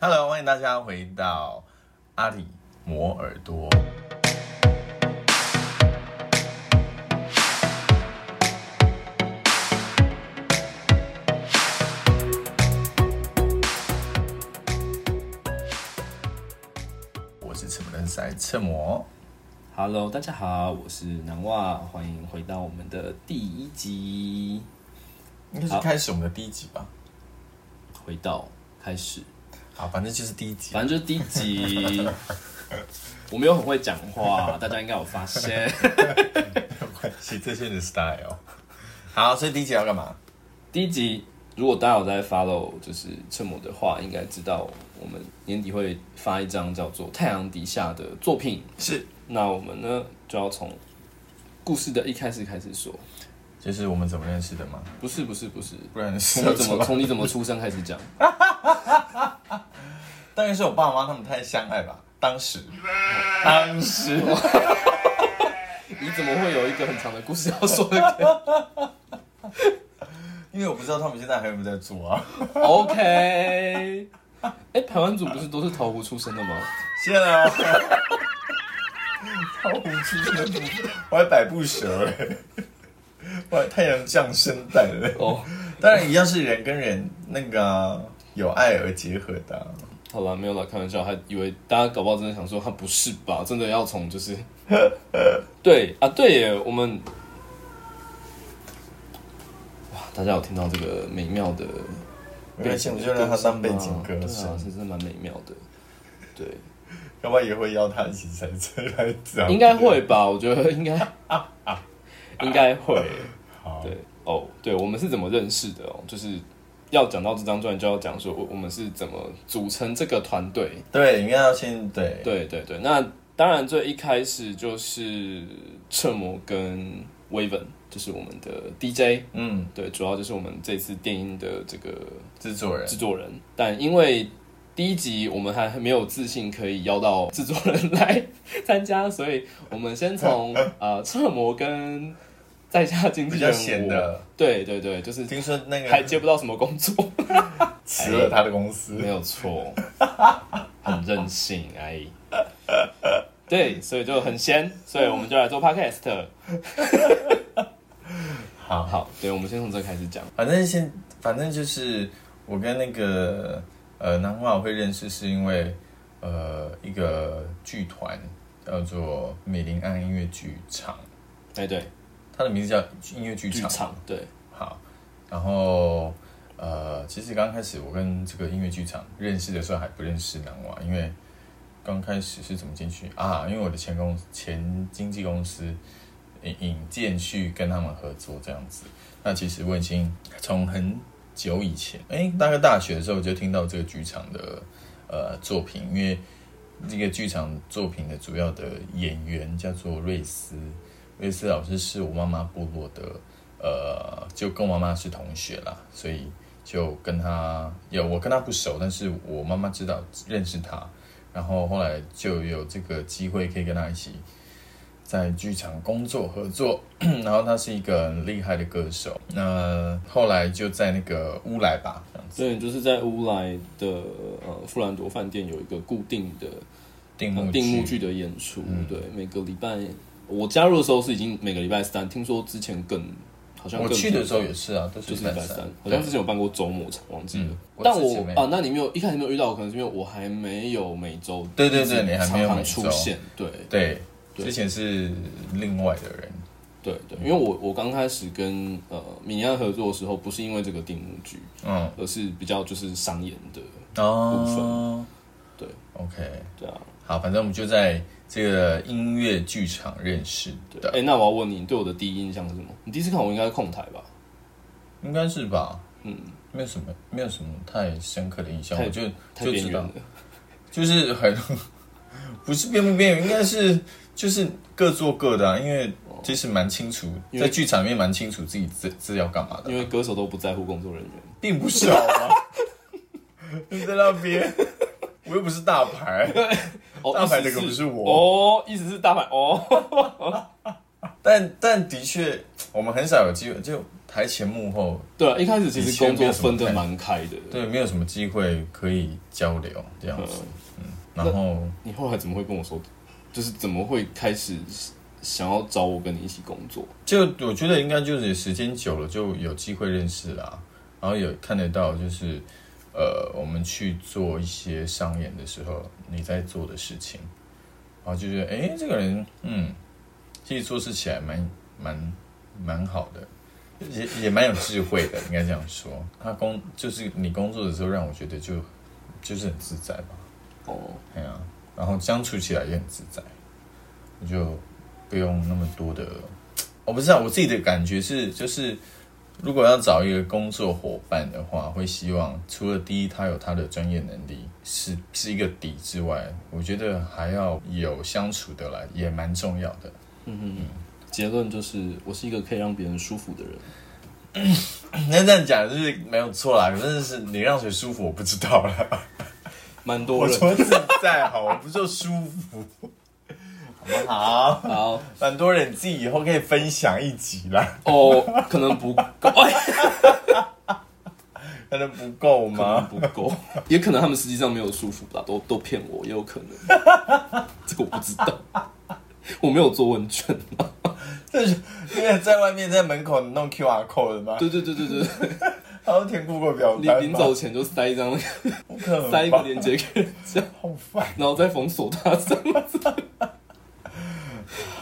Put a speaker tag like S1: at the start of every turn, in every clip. S1: Hello，欢迎大家回到阿里磨耳朵。我是赤木哦人塞赤魔，
S2: Hello，大家好，我是南袜，欢迎回到我们的第一集，
S1: 应该是
S2: 好
S1: 开始我们的第一集吧？
S2: 回到开始，
S1: 好，反正就是第一集。
S2: 反正就是第一集。我没有很会讲话，大家应该有发现。
S1: 关系，这些人的 style。好，所以第一集要干嘛？
S2: 第一集，如果大家有在 follow 就是趁母的话，应该知道我们年底会发一张叫做《太阳底下》的作品。
S1: 是，
S2: 那我们呢，就要从故事的一开始开始说。
S1: 就是我们怎么认识的吗？
S2: 不是，不是，不是，
S1: 不然是
S2: 从
S1: 要
S2: 你怎么从你怎么出生开始讲？
S1: 当然是我爸妈他们太相爱吧，当时，当时，
S2: 你怎么会有一个很长的故事要说呢
S1: 因为我不知道他们现在还有没有在做啊。
S2: ？OK，哎、台湾组不是都是桃湖出身的吗？
S1: 谢了哦，超无知真的，我还百步蛇嘞，我还太阳降生带嘞。
S2: 哦，
S1: 当然一样是人跟人那个啊有爱而结合的啊、
S2: 好了，没有了，开玩笑，还以为大家搞不好真的想说他不是吧？真的要从就是， 对啊，对耶，我们哇，大家有听到这个美妙的
S1: 没
S2: 背
S1: 关系，
S2: 景
S1: 我
S2: 的
S1: 就
S2: 歌声吗，
S1: 让他当背景歌
S2: 对啊，
S1: 声，
S2: 是真的蛮美妙的，对。
S1: 要不然也会邀他一起来这来讲。
S2: 应该会吧？我觉得 应该，应该会。
S1: 好
S2: 对，哦，对，我们是怎么认识的哦？就是要讲到这张专辑，就要讲说我我们是怎么组成这个团队。
S1: 对，应该要先对
S2: 对对对，那当然最一开始就是彻魔跟 Waven，就是我们的 DJ。
S1: 嗯，
S2: 对，主要就是我们这次电音的这个
S1: 制作人
S2: 制作人，但因为第一集我们还没有自信可以邀到制作人来参加，所以我们 先从呃侧模跟在家经
S1: 比
S2: 纪
S1: 较
S2: 人
S1: 闲
S2: 我，
S1: 的，
S2: 对对对，就是
S1: 听说那个
S2: 还接不到什么 工作，
S1: 辞了他的公司
S2: 没，有错，很任性哎。对，所以就很闲，所以我们就来做 podcast。
S1: 好
S2: 好，对，我们先从这开始讲。
S1: 反正先，反正就是我跟那个呃南华我会认识，是因为呃一个剧团叫做美林安音乐剧场，
S2: 哎，对，
S1: 它的名字叫音乐剧
S2: 剧
S1: 场。
S2: 场，对，
S1: 好，然后呃，其实刚开始我跟这个音乐剧场认识的时候还不认识南娃，因为刚开始是怎么进去啊？因为我的前公前经纪公司引引荐去跟他们合作这样子。那其实我已经从很久以前，哎，大概大学的时候我就听到这个剧场的呃作品，因为这个剧场作品的主要的演员叫做瑞斯，瑞斯老师是我妈妈部落的呃，就跟我妈妈是同学啦，所以就跟她有我跟她不熟，但是我妈妈知道认识她，然后后来就有这个机会可以跟她一起在剧场工作合作， 然后她是一个很厉害的歌手，那后来就在那个乌来吧，这样子
S2: 对，就是在乌来的呃富兰朵饭店有一个固定的
S1: 定
S2: 呃
S1: 目
S2: 定目
S1: 剧，
S2: 剧的演出，
S1: 嗯
S2: 对，每个礼拜我加入的时候是已经每个礼拜三，听说之前更好像
S1: 我
S2: 更
S1: 去的时候也是啊，都是
S2: 就是
S1: 礼
S2: 礼
S1: 拜
S2: 拜
S1: 三
S2: 三，，好像之前有办过周末场，忘记了。
S1: 嗯我
S2: 但
S1: 之前
S2: 我
S1: 没有
S2: 啊，那你没有一开始没有遇到我，可能是因为我还没有每周
S1: 对对
S2: 一直
S1: 对你还没有
S2: 常
S1: 每周
S2: 常出现，对
S1: 对，
S2: 对
S1: 之前是另外的人，
S2: 对
S1: 嗯
S2: 对，因为我我刚开始跟呃米安合作的时候，不是因为这个定目剧，
S1: 嗯，
S2: 而是比较就是商演的，
S1: 哦，
S2: 对
S1: ，OK。
S2: 对啊。
S1: 好，反正我们就在这个音乐剧场认识
S2: 对，
S1: 的，
S2: 哎、那我要问你，你对我的第一印象是什么？你第一次看我应该是控台吧？
S1: 应该是吧？
S2: 嗯，
S1: 没有什么，没有什么太深刻的印象，
S2: 太
S1: 我就
S2: 太
S1: 就
S2: 边
S1: 知道
S2: 缘了，。
S1: 就是很 不是边不边缘，应该是 就是各做各的、啊，因为其实蛮清楚，
S2: 哦因为
S1: 在剧场里面蛮清楚自己自自己要干嘛的
S2: 因，为歌手都不在乎工作人员。
S1: 并不是好吗？ 你在那边， 我又不是大牌，
S2: 哦
S1: 大牌
S2: 意思
S1: 那个不是我
S2: 哦，意思是大牌哦。
S1: 但但的确，我们很少有机会，就台前幕后，
S2: 对，一开始其
S1: 以
S2: 实
S1: 前
S2: 工
S1: 没有什
S2: 作
S1: 么
S2: 分得
S1: 看
S2: 蛮开的，
S1: 对，没有什么机会可以交流这样子。嗯，然后
S2: 你后来怎么会跟我说，就是怎么会开始想要找我跟你一起工作？
S1: 就我觉得应该就是时间久了就有机会认识啦，然后有看得到就是呃，我们去做一些商演的时候你在做的事情，然后就觉得诶，这个人嗯，其实做事起来蛮蛮蛮好的。也也蛮有智慧的，应该这样说。他工就是你工作的时候，让我觉得就就是很自在吧。
S2: 哦，
S1: 哎呀、然后相处起来也很自在，你就不用那么多的。我、哦不知啊道我自己的感觉是，就是如果要找一个工作伙伴的话，会希望除了第一他有他的专业能力是是一个底之外，我觉得还要有相处的来也蛮重要的。
S2: 结论就是我是一个可以让别人舒服的人。
S1: 那这样讲就是没有错啦，可是是你让谁舒服我不知道啦。
S2: 蛮
S1: 我
S2: 多人。
S1: 说自在好，我不说舒服，好不好？
S2: 好
S1: 蛮多人，你自己以后可以分享一集啦。
S2: 哦，可能不够，哎，
S1: 可能不够
S2: 可 能
S1: 吗？
S2: 不够，也可能他们实际上没有舒服啦，都都骗我，也有可能， 这个我不知道，我没有做问卷嘛。
S1: 这是 因为在外面在门口弄 QR code 的吗？
S2: 对对对对对，
S1: 还要填 Google 表
S2: 临
S1: 单
S2: 临
S1: 吗？
S2: 走前就塞 一张那个，
S1: 不可能吧
S2: 塞一个链接给人家，
S1: 好烦。
S2: 然后再封锁他这样子。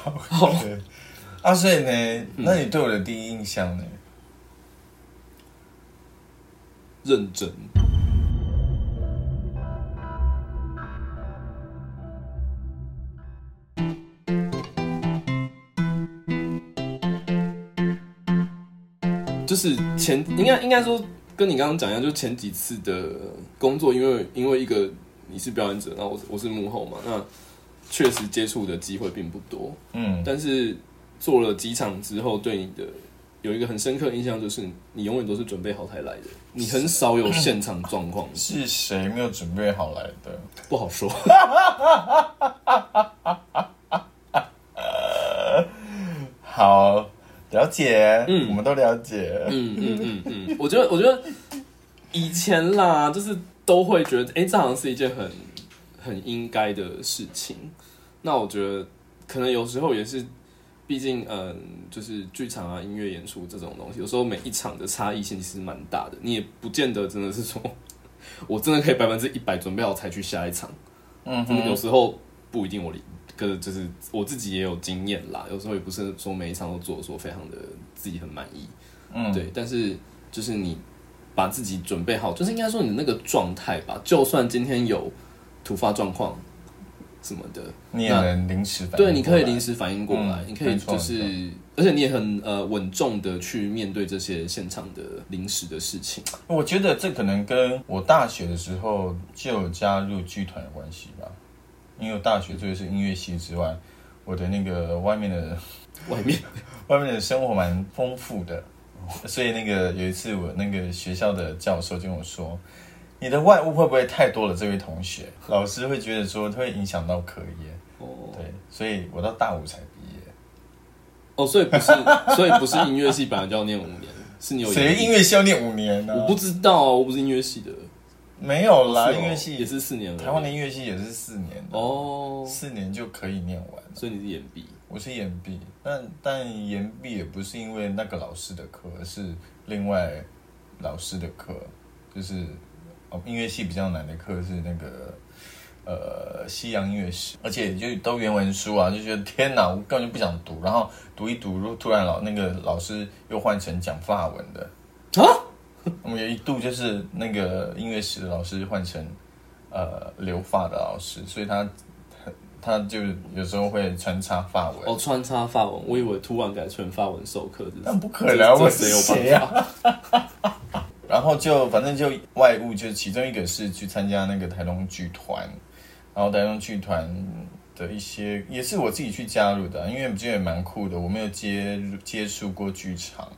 S2: 好，
S1: 对啊，所以呢，那你对我的第一印象呢？
S2: 认真。就是前应该应该说跟你刚刚讲一样，就前几次的工作，因为因为一个你是表演者，然后我是我是幕后嘛，那确实接触的机会并不多。
S1: 嗯，
S2: 但是做了几场之后，对你的有一个很深刻的印象就是，你永远都是准备好才来的，你很少有现场状况，
S1: 是谁没有准备好来的？
S2: 不好说。
S1: 好，了解，
S2: 嗯
S1: 我们都了解。
S2: 嗯嗯嗯嗯， 我觉得我觉得以前啦，就是都会觉得，哎、这好像是一件很很应该的事情。那我觉得可能有时候也是，毕竟嗯，就是剧场啊、音乐演出这种东西，有时候每一场的差异性其实蛮大的，你也不见得真的是说我真的可以百分之一百准备好才去下一场。
S1: 嗯
S2: 真的有
S1: 哼，
S2: 时候不一定我理，可就是我自己也有经验啦，有时候也不是说每一场都做得说非常的自己很满意。
S1: 嗯，
S2: 对，但是就是你把自己准备好，就是应该说你那个状态吧。就算今天有突发状况什么的，
S1: 你也能临时反应
S2: 对，你可
S1: 过
S2: 以
S1: 来
S2: 临时反应过来，
S1: 嗯
S2: 你可以
S1: 没错
S2: 就是
S1: 没，
S2: 而且你也很呃稳重的去面对这些现场的临时的事情。
S1: 我觉得这可能跟我大学的时候就有加入剧团有关系吧，因为我大学除了是音乐系之外，我的那个外面的
S2: 外面
S1: 外面的生活蛮丰富的，所以那个有一次我那个学校的教授就跟我说，你的外物会不会太多了？这位同学，老师会觉得说会影响到课业，
S2: 哦
S1: 对，所以我到大五才毕业。
S2: 哦，所以不是，所以不是音乐系本来就要念五年，是你有
S1: 谁
S2: 研
S1: 音乐系要念五年呢、
S2: 我不知道啊，我不是音乐系的，
S1: 没有啦，
S2: 是哦
S1: 音乐系
S2: 也是四年了。
S1: 台湾的音乐系也是四年的，
S2: 哦，
S1: 四年就可以念完。
S2: 所以你是研毕
S1: 我是延毕，但但延毕也不是因为那个老师的课，而是另外老师的课，就是哦，音乐系比较难的课是那个呃西洋音乐史，而且就都原文书啊，就觉得天哪，我根本就不想读，然后读一读，如突然老那个老师又换成讲法文的，
S2: 啊？
S1: 我们有一度就是那个音乐史的老师换成呃留法的老师，所以他他他就有时候会穿插法文。
S2: 哦，穿插法文，我以为突然改成法文授课，这
S1: 但不可能，我
S2: 这
S1: 是
S2: 谁
S1: 谁
S2: 有办法？
S1: 啊？ 然后就反正就外务，就其中一个是去参加那个台东剧团，然后台东剧团的一些也是我自己去加入的啊，因为我觉得也蛮酷的，我没有接接触过剧场，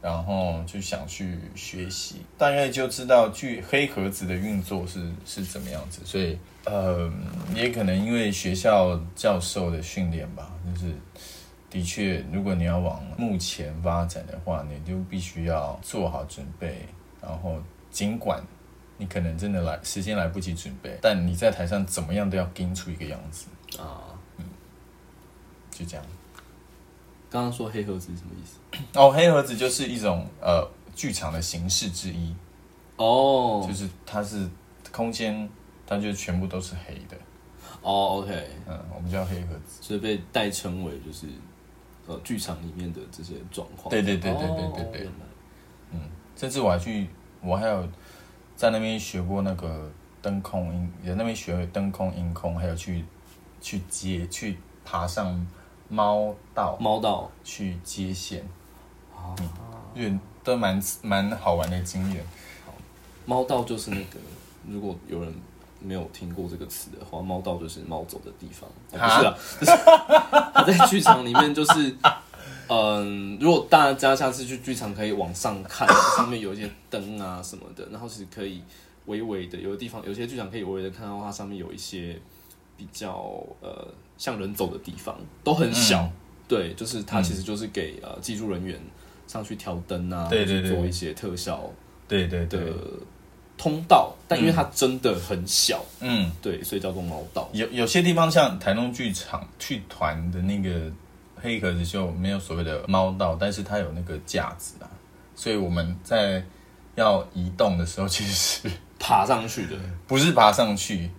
S1: 然后就想去学习，大概就知道剧黑盒子的运作是是怎么样子，所以呃，也可能因为学校教授的训练吧，就是的确，如果你要往目前发展的话，你就必须要做好准备。然后，尽管你可能真的来时间来不及准备，但你在台上怎么样都要盯出一个样子，嗯
S2: 啊。
S1: 就这样。
S2: 刚刚说黑盒子是什么意思？
S1: 哦，黑盒子就是一种呃剧场的形式之一，
S2: 哦
S1: 就是它是空间，它就全部都是黑的。
S2: 哦，OK，
S1: 嗯，我们叫黑盒子。
S2: 所以被代称为就是呃剧场里面的这些状况。
S1: 对对对对对对对
S2: 哦
S1: 甚嗯至我还去，我还有在那边学过那个灯控音，也在那边学灯控音控，还有去去接去爬上猫道
S2: 猫道
S1: 去接线，
S2: 啊，
S1: 也都蛮蛮好玩的经验。
S2: 猫道就是那个，如果有人没有听过这个词的话，猫道就是猫走的地方，哦、不是啊，就是啊 它在剧场里面就是，嗯，如果大家下次去剧场可以往上看，上面有一些灯啊什么的，然后是可以微微的，有的地方有些剧场可以微微的看到它上面有一些比较呃像人走的地方，都很小，对，就是它其实就是给、呃技术人员上去调灯啊，
S1: 对对对
S2: 做一些特效。
S1: 对对
S2: 的
S1: 对，
S2: 通道，但因为它真的很小，
S1: 嗯，
S2: 对，所以叫做猫道。
S1: 有有些地方像台东剧场剧团的那个黑盒子秀没有所谓的猫道，但是它有那个架子啊，所以我们在要移动的时候，其实。
S2: 爬上去的，
S1: 不是爬上去，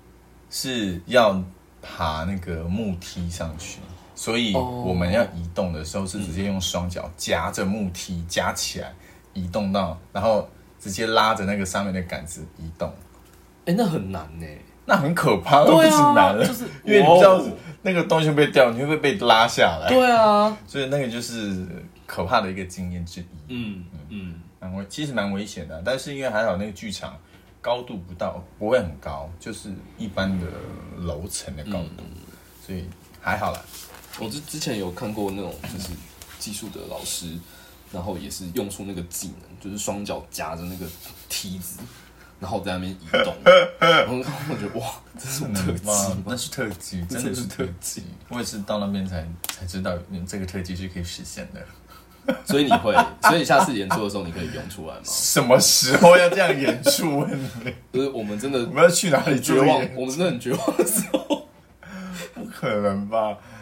S1: 是要爬那个木梯上去。所以
S2: 哦
S1: 我们要移动的时候，是直接用双脚夹着木梯夹起来移动到，然后直接拉着那个上面的杆子移动，
S2: 哎、那很难呢、
S1: 那很可怕，
S2: 对
S1: 不是难
S2: 啊，
S1: 了，
S2: 就是
S1: 因为你这样
S2: 哇
S1: 子
S2: 哦
S1: 那个东西被掉，你会不会被拉下来？
S2: 对啊，
S1: 所以那个就是可怕的一个经验之一。
S2: 嗯嗯，
S1: 蛮危，其实蛮危险的，但是因为还好那个剧场高度不到，不会很高，就是一般的楼层的高度，
S2: 嗯
S1: 所以还好啦。
S2: 我之之前有看过那种就是技术的老师，然后也是用出那个技能，就是双脚夹着那个梯子，然后在那边移动，然后我觉得哇，这是 特 技
S1: 哇
S2: 吗？
S1: 那是特技，真的是特技。我也是到那边才才知道，嗯，这个特技是可以实现的。
S2: 所以你会，所以你下次演出的时候你可以用 出来吗？
S1: 什么时候要这样演出？问你，
S2: 就是我们真的
S1: 我们要去哪里
S2: 绝望
S1: 做这个，
S2: 我们真的很绝望的时候。
S1: 不可能吧？哎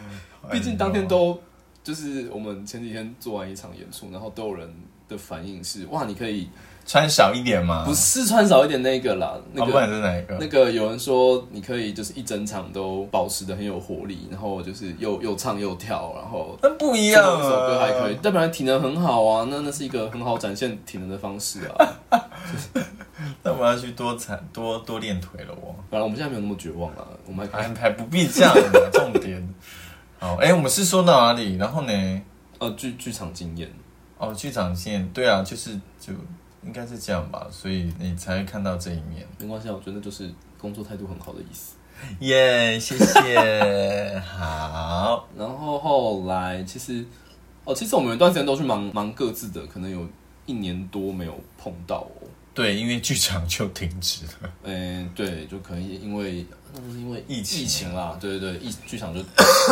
S2: 毕竟当天都就是我们前几天做完一场演出，然后都有人的反应是哇，你可以
S1: 穿少一点嘛。
S2: 不是穿少一点那个啦，那
S1: 哦啊不
S2: 个、
S1: 然是哪一个？
S2: 那个有人说你可以就是一整场都保持的很有活力，然后就是又又唱又跳，然后。
S1: 那不一
S2: 最
S1: 样
S2: 后
S1: 啊。
S2: 一首歌还可以，但本来体能很好啊，那那是一个很好展现体能的方式 啊。
S1: 那我要去多踩多多练腿了，我。
S2: 本来我们现在没有那么绝望啊，我们还可以
S1: 安排不必这样的重点。 好，哎、我们是说到哪里？然后呢？
S2: 呃剧剧场经验，
S1: 哦，剧场线，对啊，就是就应该是这样吧，所以你才会看到这一面。
S2: 没关系啊，我觉得那就是工作态度很好的意思。
S1: 耶、谢谢。 好，
S2: 然后后来其实，哦，其实我们有一段时间都去忙忙各自的，可能有一年多没有碰到哦。
S1: 对，因为剧场就停止了。
S2: 嗯，对，就可能因为那是因为
S1: 疫情
S2: 疫情啦，对对对，疫剧场就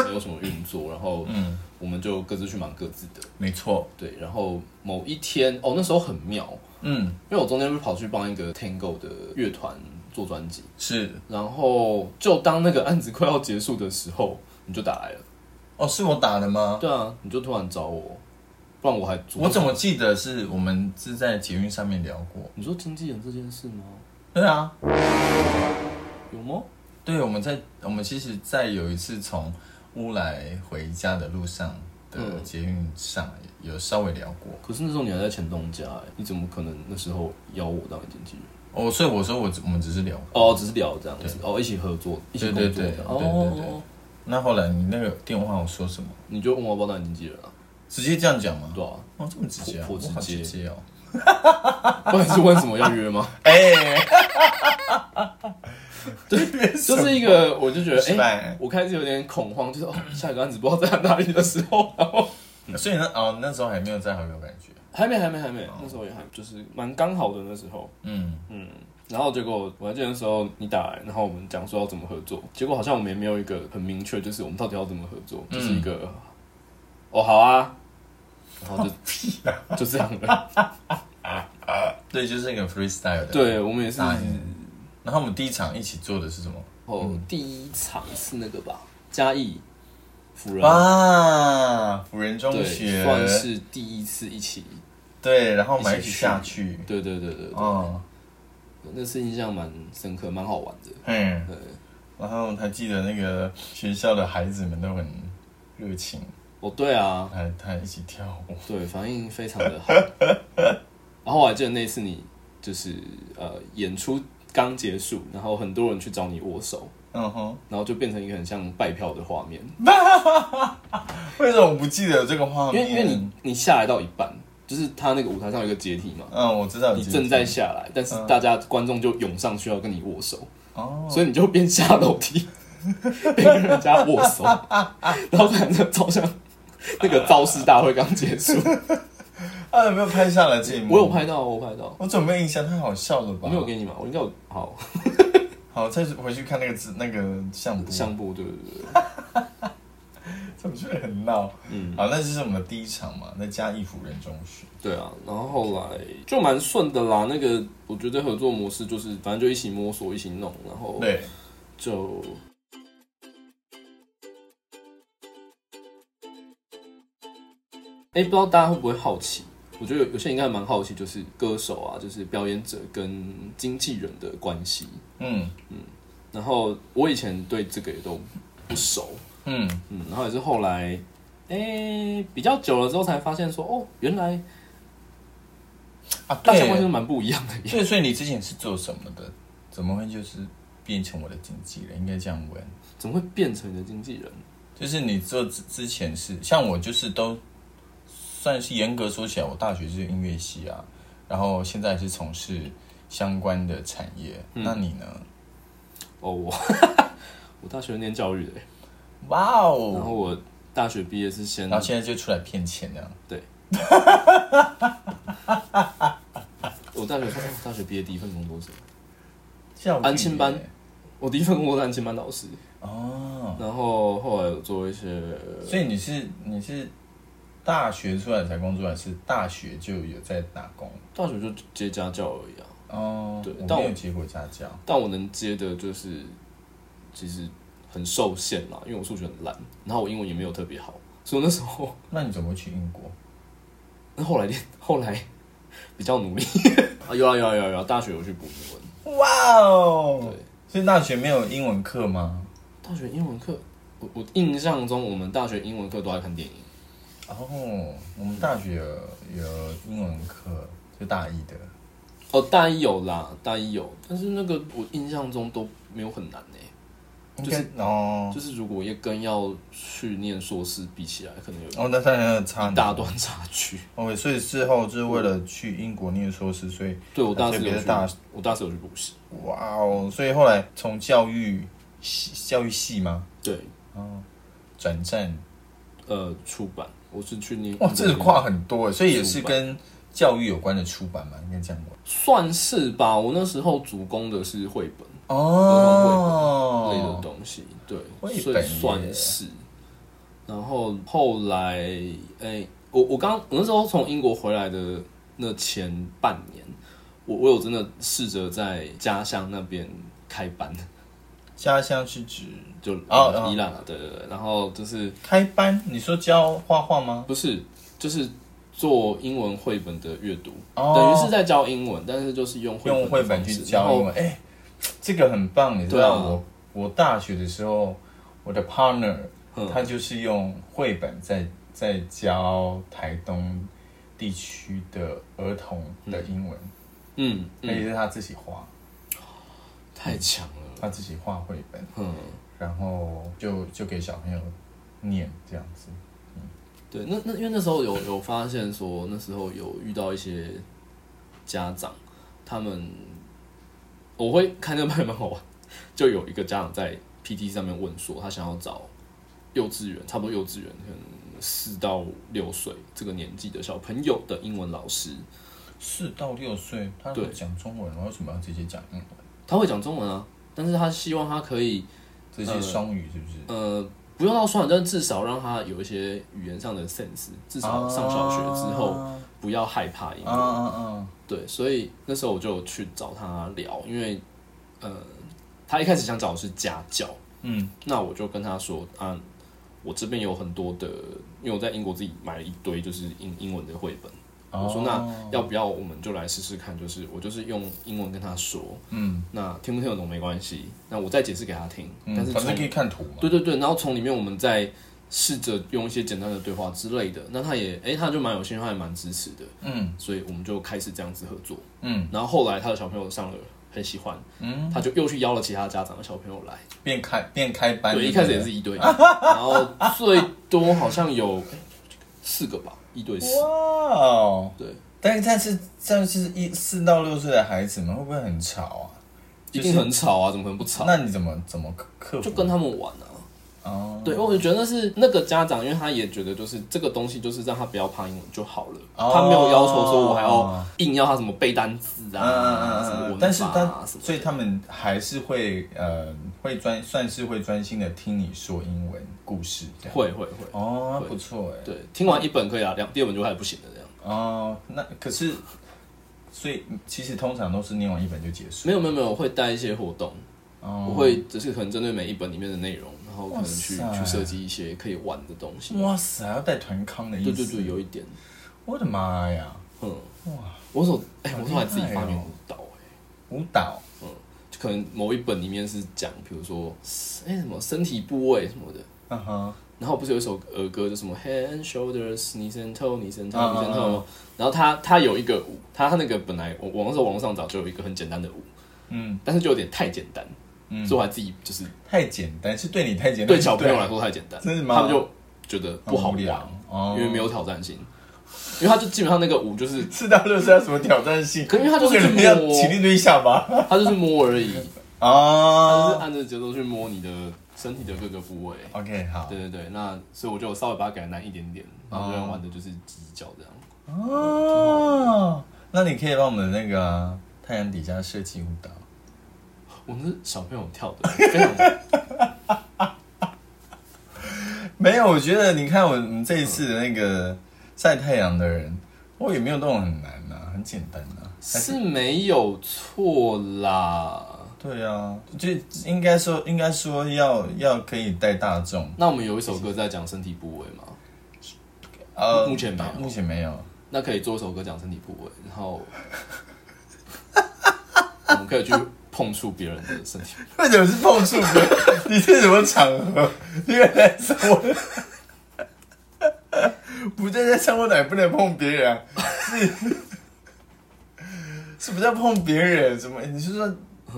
S2: 没有什么运作，然后
S1: 嗯，
S2: 我们就各自去忙各自的。
S1: 没错。
S2: 对，然后某一天，哦，那时候很妙，
S1: 嗯，
S2: 因为我中间不是跑去帮一个 Tango 的乐团做专辑，
S1: 是。
S2: 然后就当那个案子快要结束的时候，你就打来了，
S1: 哦，是我打的吗？
S2: 对啊，你就突然找我，不然我还
S1: 我怎么记得是我们是在捷运上面聊过？
S2: 你说经纪人这件事吗？
S1: 对啊，
S2: 有吗？
S1: 对，我们在我们其实，在有一次从乌来回家的路上的
S2: 嗯
S1: 捷运上有稍微聊过。
S2: 可是那时候你还在前东家、欸，你怎么可能那时候邀我当经纪人？
S1: 哦，所以我说我我们只是聊。
S2: 哦，只是聊这样子，哦，一起合作，一起工作
S1: 对对
S2: 的
S1: 对，对对对
S2: 哦，
S1: 那后来你那个电话我说什么？
S2: 你就问我要不要当你经纪人啊？
S1: 直接这样讲吗？
S2: 对啊，
S1: 哦，这么直接啊，
S2: 颇颇直
S1: 我好
S2: 接
S1: 直接 哦。
S2: 不然是问什么要约 吗？
S1: 哎、
S2: 就是一个，我就觉得，
S1: 失
S2: 哎、
S1: 败。
S2: 我开始有点恐慌，就是哦，下一个案子不知道在哪里的时候，然后
S1: 所以呢，哦，那时候还没有再好有感觉。
S2: 还没，还没，还没，
S1: 哦
S2: 那时候也还就是蛮刚好的那时候。
S1: 嗯，
S2: 嗯，然后结果我还记得那时候你打来，然后我们讲说要怎么合作，结果好像我们也没有一个很明确，就是我们到底要怎么合作，
S1: 嗯
S2: 就是一个哦，好啊，然后就、就这样了。
S1: 对，就是一个 freestyle 的。
S2: 对，我们也是。
S1: 大一。然后我们第一场一起做的是什么？
S2: 哦，第一场是那个吧，嘉义辅仁，
S1: 啊，辅仁中
S2: 对，
S1: 学，
S2: 算是第一次一起。
S1: 对，然后我们还一
S2: 一起
S1: 起
S2: 去
S1: 下去，
S2: 对对对对对，
S1: 嗯，
S2: 那次印象蛮深刻，蛮好玩的。
S1: 嘿，
S2: 对，
S1: 然后还记得那个学校的孩子们都很热情，
S2: 哦，对啊，
S1: 还还一起跳舞，
S2: 对，反应非常的好。 然后我还记得那次你就是呃演出刚结束，然后很多人去找你握手，
S1: 嗯哼，
S2: 然后就变成一个很像拜票的画面，
S1: 为什么我不记得有这个画
S2: 因为
S1: 面？
S2: 因为你，你下来到一半，就是他那个舞台上有一个阶梯嘛，
S1: 嗯，我知道
S2: 你
S1: 记得
S2: 正在下来，但是
S1: 嗯
S2: 大家观众就涌上去要跟你握手，
S1: 哦，
S2: 所以你就边下楼梯边跟人家握手，然后反正照相。那个造势大会刚结 束，
S1: 啊，有没有拍下来这一幕？
S2: 我有，拍到，我有拍到，
S1: 我准备印象太好笑了吧？
S2: 我没有给你嘛，我应该有好，
S1: 好，再回去看那个字那个相簿，
S2: 相簿对对对，
S1: 我觉得很闹。
S2: 嗯，
S1: 好，那就是我们的第一场嘛，在嘉义辅仁中学。
S2: 对啊，然后后来就蛮顺的啦。那个我觉得合作模式就是，反正就一起摸索，一起弄，然后
S1: 对，
S2: 就哎、不知道大家会不会好奇？我觉得有有些人应该蛮好奇，就是歌手啊，就是表演者跟经纪人的关系。
S1: 嗯
S2: 然后我以前对这个也都不熟，
S1: 嗯，
S2: 嗯，然后也是后来，哎、比较久了之后才发现说，哦，原来
S1: 啊，
S2: 大家关系都
S1: 对，
S2: 蛮不一样的耶。
S1: 所以所以你之前是做什么的？怎么会就是变成我的经纪人？应该这样问，
S2: 怎么会变成你的经纪人？
S1: 就是你做之之前是像我，就是都算是严格说起来，我大学是音乐系啊，然后现在是从事相关的产业。
S2: 嗯
S1: 那你呢？
S2: 哦，我我大学念教育的耶，
S1: 哇
S2: 然后
S1: 哦！
S2: 我大学毕业是先
S1: 然后现在就出来骗钱这样。
S2: 我大学哎我大学毕业第一份工作是什么
S1: 教育
S2: 安亲班我第一份工作是安亲班老师，
S1: 哦，
S2: 然后后来有做一些
S1: 所以你是你是大学出来才工作，还是大学就有在打工？
S2: 大学就接家教而已啊，
S1: 哦，
S2: 对
S1: 我
S2: 但
S1: 没有
S2: 我
S1: 接过家教。
S2: 但我能接的就是其实很受限啦，因为我数学很烂，然后我英文也没有特别好，所以我那时候
S1: 那你怎么会去英国？
S2: 那后来练后来 比较努力 啊，有啊有啊有啊有啊，大学有去补英文，
S1: 哇哦！
S2: 对。
S1: 所以大学没有英文课吗？
S2: 大学英文课，我我印象中我们大学英文课都在看电影。
S1: 哦，我们大学有有英文课，就大一的。
S2: 哦，大一有啦，大一有，但是那个我印象中都没有很难呢、
S1: 应
S2: 就
S1: 该
S2: 是
S1: 哦
S2: 就是如果要跟要去念硕士比起来，可能有一
S1: 哦，那当然有差很多
S2: 大段差距。
S1: OK，所以事后就是为了去英国念硕士，啊所以
S2: 对我大四
S1: 特别
S2: 有
S1: 是
S2: 去
S1: 大，
S2: 我大四有去补习。
S1: 哇哦！所以后来从教育系教育系吗？
S2: 对，
S1: 哦，转战
S2: 呃，出版我是去念
S1: 哇，这个跨很多
S2: 欸
S1: 耶，所以也是
S2: 出版
S1: 跟教育有关的出版嘛，应该这样吧？
S2: 算是吧。我那时候主攻的是绘本类的
S1: 哦，
S2: 东西，
S1: 绘
S2: 对，
S1: 本
S2: 所以
S1: 耶
S2: 算是。然后后来，哎、我我刚我那时候从英国回来的那前半年，我我有真的试着在家乡那边开班，
S1: 家乡是指
S2: 就
S1: 哦
S2: 呃
S1: 哦
S2: 伊朗啊，对对对，然后就是
S1: 开班，你说教画画吗？
S2: 不是就是做英文绘本的阅读，
S1: 哦
S2: 等于是在教英文，但是就是用绘
S1: 用绘
S2: 的
S1: 本
S2: 方
S1: 去
S2: 式
S1: 教英文，哎、这个很棒，你知
S2: 对啊
S1: 道我、我大学的时候，我的 partner
S2: 然后嗯
S1: 他就是用绘本在在教台东地区的儿童的英文，
S2: 嗯
S1: 而且
S2: 嗯，
S1: 是他自己画，
S2: 太强了，
S1: 他自己画绘本。
S2: 嗯。
S1: 然后就就给小朋友念这样子。
S2: 对，那那因为那时候有有发现说，那时候有遇到一些家长，他们我会看这蛮蛮好玩，就有一个家长在 PT 上面问说，他想要找幼稚园，差不多幼稚园可能四到六岁这个年纪的小朋友的英文老师，
S1: 四到六岁，他
S2: 对
S1: 会讲中文，为什么要直接讲英文？
S2: 他会讲中文啊，但是他希望他可以
S1: 这些双语是不是？
S2: 呃不用到双语，但至少让他有一些语言上的 sense，至少上小学之后
S1: 啊
S2: 不要害怕英
S1: 啊
S2: 文。
S1: 啊啊！
S2: 对，所以那时候我就去找他聊，因为呃，他一开始想找的是家教，
S1: 嗯，
S2: 那我就跟他说啊，我这边有很多的，因为我在英国自己买了一堆就是英英文的绘本，我说那
S1: 哦
S2: 要不要我们就来试试看，就是我就是用英文跟他说，
S1: 嗯，
S2: 那听不听得懂没关系，那我再解释给他听，
S1: 嗯
S2: 但是
S1: 反
S2: 从
S1: 正可以看图嘛。
S2: 对对对，然后从里面我们再试着用一些简单的对话之类的，那他也诶，他就蛮有兴趣，他也蛮支持的，
S1: 嗯
S2: 所以我们就开始这样子合作。
S1: 嗯，
S2: 然后后来他的小朋友上了，很喜欢，
S1: 嗯，哎
S2: 他就又去邀了其他家长的小朋友来，
S1: 变开变开班，
S2: 对，一开始也是一对一，然后最多好像有四个吧，一对四
S1: 哇，哦，
S2: 对，
S1: 但但是但是一四到六岁的孩子们会不会很吵
S2: 一定很吵啊，怎么可能不
S1: 啊？
S2: 吵？
S1: 那你怎么怎么克服？
S2: 就跟他们玩啊。
S1: 哦
S2: 对，我就觉得是那个家长，因为他也觉得就是这个东西，就是让他不要怕英文就好了。
S1: 哦
S2: 他没有要求说我还要硬要他什么背单词
S1: 嗯
S2: 啊，
S1: 嗯
S2: 什么
S1: 嗯
S2: 文
S1: 嗯，但是
S2: 法啊
S1: 但
S2: 什么的。
S1: 所以他们还是会呃会专算是会专心的听你说英文故事这样。
S2: 会会会，
S1: 哦，那不错哎。
S2: 对，听完一本可以啊，两第二本就开始不行了这样。
S1: 哦，那可是，所以其实通常都是念完一本就结束。
S2: 没有没有没有，我会带一些活动，
S1: 哦，
S2: 我会只是可能针对每一本里面的内容，然后可能去
S1: 哇塞嗯
S2: 去设计一些可以玩的东西。
S1: 哇塞，要带团康的意
S2: 对
S1: 思。
S2: 对对，有一点，
S1: 我的妈呀，
S2: 嗯，
S1: 哇，
S2: 我手哎，
S1: 好
S2: 我
S1: 厉
S2: 手
S1: 害哦
S2: 还自己发明舞蹈哎，
S1: 舞蹈
S2: 就可能某一本里面是讲，比如说哎什么身体部位什么的。
S1: 嗯哼，
S2: 然后不是有一首儿歌，就什么 Head and Shoulders，你伸头，你伸头，
S1: 啊
S2: 你伸
S1: 啊
S2: 头。然后他他有一个舞，他他那个本来我我那时候网络上找就有一个很简单的舞，
S1: 嗯
S2: 但是就有点太简单，
S1: 嗯，
S2: 所以我还自己就是
S1: 太简单，是对你太简单，
S2: 对小朋友来说太简单，
S1: 真的吗
S2: 他们就觉得
S1: 对
S2: 不
S1: 很
S2: 好
S1: 无
S2: 玩，
S1: 聊哦，
S2: 因为没有挑战性，因为他就基本上那个舞就是
S1: 四到六是要什么挑战性？
S2: 可因为他就是
S1: 不可能
S2: 摸
S1: 要起立蹲下吧？
S2: 他就是摸而已，他就是啊
S1: 哦
S2: 按着节奏去摸你的身体的各个部位。
S1: ，OK，好
S2: 对，对对，那所以我就稍微把它改难一点点，然后就让玩的就是鸡脚这样。
S1: 哦，那你可以帮我们那个啊太阳底下设计舞蹈。
S2: 我们是小朋友跳的，非常
S1: 没有，我觉得你看我们这一次的那个晒太阳的人，我也没有弄很难呐、很简单啊呐、还
S2: 是没有错啦。
S1: 对啊，就应该说应该说要要可以带大众，
S2: 那我们有一首歌在讲身体部位嘛，
S1: 呃，
S2: 目前没有
S1: 目前没有，
S2: 那可以做一首歌讲身体部位，然后我们可以去碰触别人的身体。
S1: 为什么是碰触的？ 你是什么场合？原来是 我。不对，在生活哪不能碰别人、啊？是什么叫碰别人？什么？你是说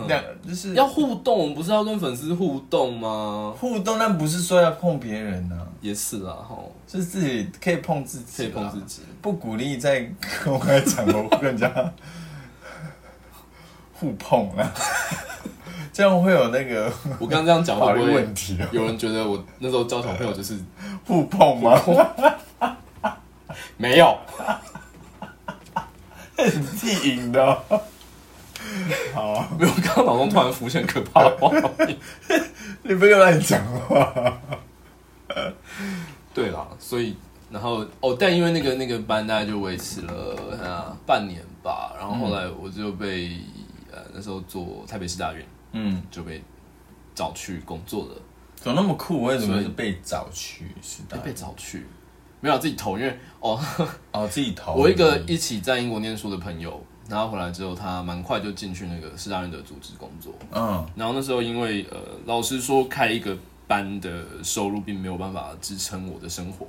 S1: 两就是
S2: 要互动，我们不是要跟粉丝互动吗？
S1: 互动，但不是说要碰别人呢、
S2: 也是啦，哈，
S1: 就是自己可以碰自己，啊
S2: 可以碰自，己。
S1: 不鼓励在公开场合跟人家 互碰啊， 这样会有那个
S2: 我刚刚这样讲
S1: 法
S2: 会
S1: 律
S2: 不会
S1: 问题哦、
S2: 有人觉得我那时候教小朋友就是
S1: 互碰吗？
S2: 没有？
S1: 你自己赢 的哦、好啊，
S2: 没有，刚刚脑中突然浮现可怕的画面。
S1: 你不要乱讲话。
S2: 对啦，所以然后哦，但因为那个那个班大概就维持了啊半年吧，然后后来我就被、呃那时候做台北市大运
S1: 嗯，
S2: 就被找去工作了，
S1: 怎么那么酷？为什么
S2: 所以
S1: 是被找去？是
S2: 被
S1: 的，
S2: 被呃找去，没有自己投，因为哦，
S1: 哦，自己投。
S2: 我一个一起在英国念书的朋友，然后回来之后，他蛮快就进去那个师大运的组织工作。
S1: 嗯
S2: 然后那时候因为呃，老师说开一个班的收入并没有办法支撑我的生活，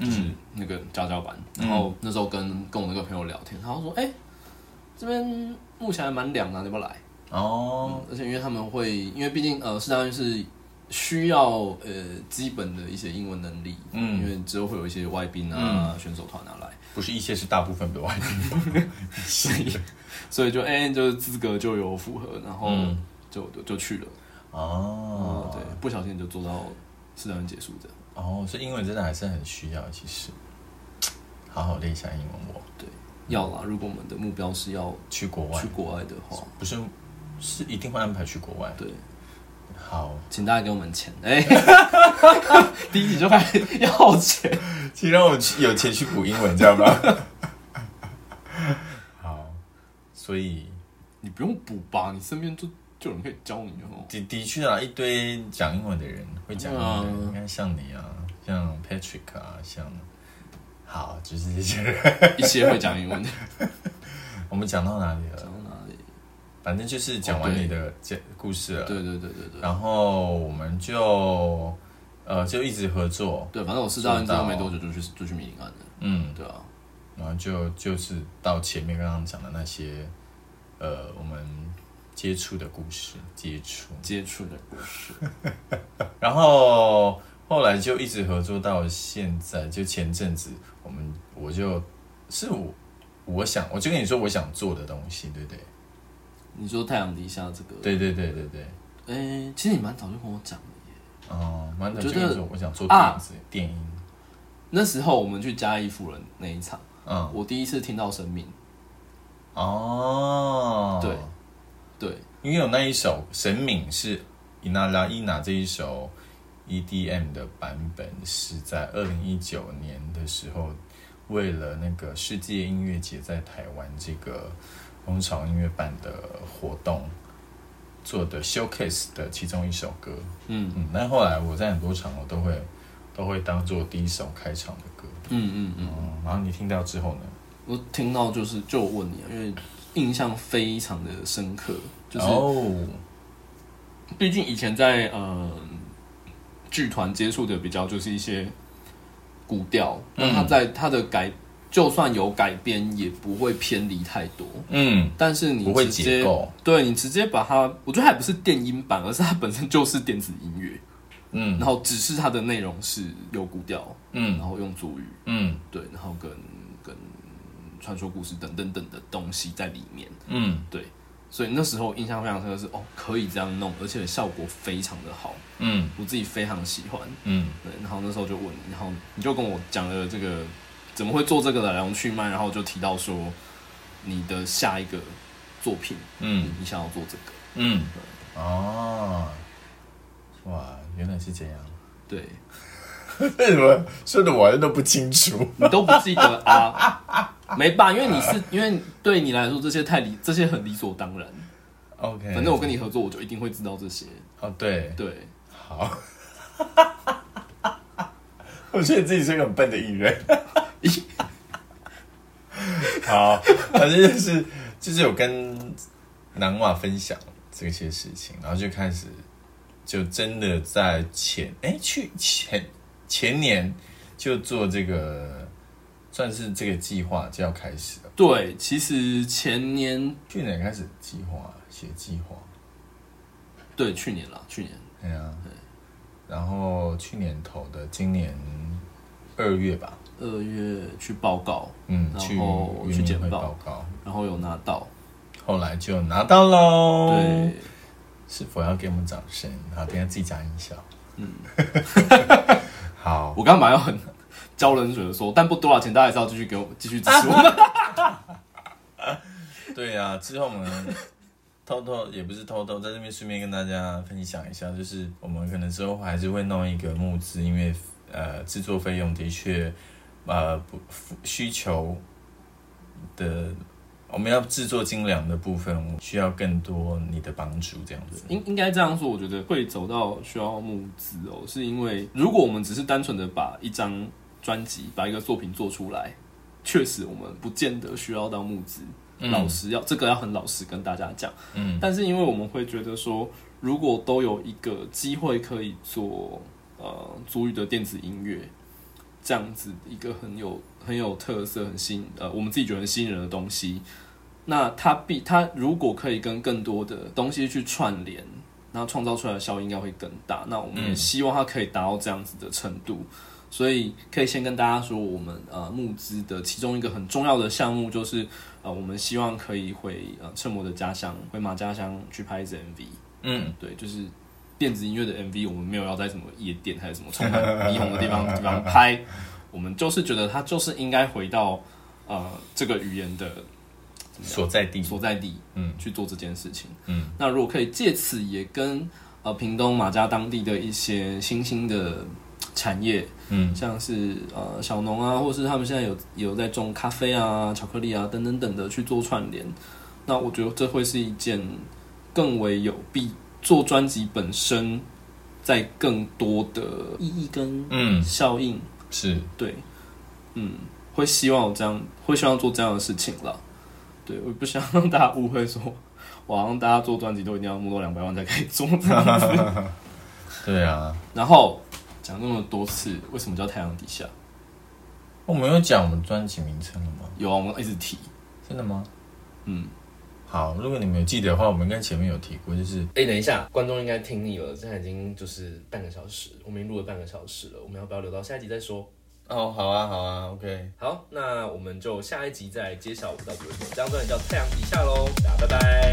S1: 嗯
S2: 就是那个家教班。然后那时候跟跟我那个朋友聊天，他就说：“哎、这边目前还蛮凉啊的，你要不要来？”
S1: 哦，
S2: 而且因为他们会，因为毕竟呃，师大运是需要呃基本的一些英文能力，
S1: 嗯
S2: 因为之后会有一些外宾啊、选手团啊来。
S1: 不是一些是大部分的外
S2: 是，所以就哎、就是资格就有符合，然后
S1: 嗯
S2: 就、就就去了。
S1: 哦，
S2: 对，不小心就做到四段结束这样。
S1: 哦，所以英文真的还是很需要，其实好好练一下英文我。
S2: 要啦，如果我们的目标是要
S1: 去国外
S2: 去国外的话，
S1: 不是是一定会安排去国外，
S2: 对，
S1: 好，
S2: 请大家给我们钱。 哎、第一集就开始要钱，
S1: 请让我去有钱去补英文，这样吗？ 好，所以
S2: 你不用补吧？你身边就就有人可以教你 哦。
S1: 的的确啊，一堆讲英文的人会讲英文的人，
S2: 嗯
S1: 应该像你啊，像 Patrick 啊，像好，就是这些人。
S2: 一些会讲英文的，
S1: 我们讲到哪里了？
S2: 讲到哪里？
S1: 反正就是讲
S2: 哦
S1: 完
S2: 对
S1: 你的这故事了，
S2: 对啊对对对对
S1: 然后我们就呃就一直合作，
S2: 对，反正我是到
S1: 知
S2: 之
S1: 道
S2: 后没多久就去就去米林安了，
S1: 嗯，
S2: 对啊，
S1: 然后就就是到前面刚刚讲的那些呃我们接触的故事接触，
S2: 接触的故事。
S1: 然后后来就一直合作到现在，就前阵子我们我就是我我想我就跟你说我想做的东西，对不对？
S2: 你说太阳底下这个，
S1: 对对对对对，
S2: 哎、其实你蛮早就跟我讲的耶。
S1: 哦、蛮早
S2: 我觉
S1: 就
S2: 得
S1: 跟你说我想做
S2: 啊
S1: 电子、电音，
S2: 那时候我们去嘉义富人那一场，
S1: 嗯，
S2: 我第一次听到生命，
S1: 哦，
S2: 对对，
S1: 因为有那一首《神明》是伊娜拉伊娜这一首 EDM 的版本，是在二零一九年的时候，为了那个世界音乐节在台湾这个风潮音乐办的活动做的 showcase 的其中一首歌。
S2: 嗯
S1: 嗯，但后来我在很多场我都会都会当做第一首开场的歌。
S2: 嗯嗯嗯，
S1: 嗯，然后你听到之后呢？
S2: 我听到就是就我问你、啊，因为印象非常的深刻，就是
S1: 哦，
S2: 毕竟以前在呃剧团接触的比较就是一些古调，
S1: 嗯
S2: 那它在它的改就算有改编也不会偏离太多，
S1: 嗯，
S2: 但是你
S1: 不会
S2: 直
S1: 结
S2: 接
S1: 构，
S2: 对你直接把它，我觉得还不是电音版，而是它本身就是电子音乐，
S1: 嗯
S2: 然后只是它的内容是有古调，然
S1: 嗯
S2: 后用主语，
S1: 嗯
S2: 对，然后跟跟传说故事等等等的东西在里面，
S1: 嗯
S2: 所以那时候印象非常深刻是哦，可以这样弄，而且效果非常的好，
S1: 嗯
S2: 我自己非常喜欢。
S1: 嗯
S2: 对，然后那时候就问你，然后你就跟我讲了这个怎么会做这个的来龙去脉，然后就提到说你的下一个作品，
S1: 嗯。
S2: 你想要做这个，
S1: 嗯，哦，哇，原来是这样。
S2: 对
S1: 为什么说的我好像都不清楚？
S2: 你都不记得啊？ 没办法，因为你是因为对你来说这些太理，这些很理所当然。
S1: OK，
S2: 反正我跟你合作，我就一定会知道这些。
S1: 哦对，
S2: 对，
S1: 好。我觉得自己是个很笨的艺 人。好，反正就是就是有跟南瓦分享这些事情，然后就开始就真的在前哎、去前前年就做这个，算是这个计划就要开始了。
S2: 对，其实前年
S1: 去年开始计划写计划，
S2: 对去年啦，去年
S1: 对啊，然后去年投的，今年二月吧，
S2: 二月去报告，
S1: 嗯，
S2: 然
S1: 去
S2: 后
S1: 运
S2: 去
S1: 动
S2: 简
S1: 会
S2: 报
S1: 报告，
S2: 然后有拿到。
S1: 后来就拿到喽。
S2: 对，
S1: 是否要给我们掌声？好，等一下自己加音效。嗯， 好，
S2: 我刚刚本来要很浇冷水的说，但不多了，请大家还是要继续给我继续支 持我
S1: 啊
S2: 们。
S1: 对啊，之后我们偷偷也不是偷偷，在这边顺便跟大家分享一下，就是我们可能之后还是会弄一个募资，因为呃制作费用的确呃不需求的，我们要制作精良的部分，需要更多你的帮助，这样子。
S2: 应应该这样说，我觉得会走到需要募资哦，是因为如果我们只是单纯的把一张专辑、把一个作品做出来，确实我们不见得需要到募资。
S1: 嗯
S2: 老实要这个要很老实跟大家讲，
S1: 嗯
S2: 但是因为我们会觉得说，如果都有一个机会可以做呃足语的电子音乐这样子一个很有很有特色、很吸引呃我们自己觉得很吸引人的东西，那它必它如果可以跟更多的东西去串联，那创造出来的效应应该会更大。那我们也希望它可以达到这样子的程度。所以可以先跟大家说，我们呃募资的其中一个很重要的项目就是呃，我们希望可以回呃趁我的家乡，回马家乡去拍一支 MV。
S1: 嗯，
S2: 对，就是电子音乐的 MV，我们没有要在什么夜店还是什么充满霓虹的地方地方拍，我们就是觉得它就是应该回到呃这个语言的
S1: 所在地，
S2: 所在地，
S1: 嗯
S2: 去做这件事情。
S1: 嗯，
S2: 那如果可以借此也跟呃屏东马家当地的一些新兴的产业，
S1: 嗯
S2: 像是呃小农啊，或是他们现在有有在种咖啡啊、巧克力啊等等等的去做串联。那我觉得这会是一件更为有必做专辑本身在更多的意义跟
S1: 嗯，
S2: 效应。
S1: 是
S2: 对，嗯，会希望我这样，会希望做这样的事情了。对，我不想让大家误会说，我好像大家做专辑都一定要募到两百万才可以做。
S1: 对啊。
S2: 然后讲那么多次，为什么叫太阳底下？
S1: 我们有讲我们专辑名称了吗？
S2: 有啊，我们一直提，
S1: 真的吗？
S2: 嗯。
S1: 好，如果你们有记得的话，我们跟前面有提过，就是
S3: 哎、等一下，观众应该听腻了，现在已经就是半个小时，我们已经录了半个小时了，我们要不要留到下一集再说？
S1: 哦，好啊，好啊，OK，
S3: 好，那我们就下一集再揭晓我们到底为什么这张专辑叫《太阳底下》喽，大家拜拜。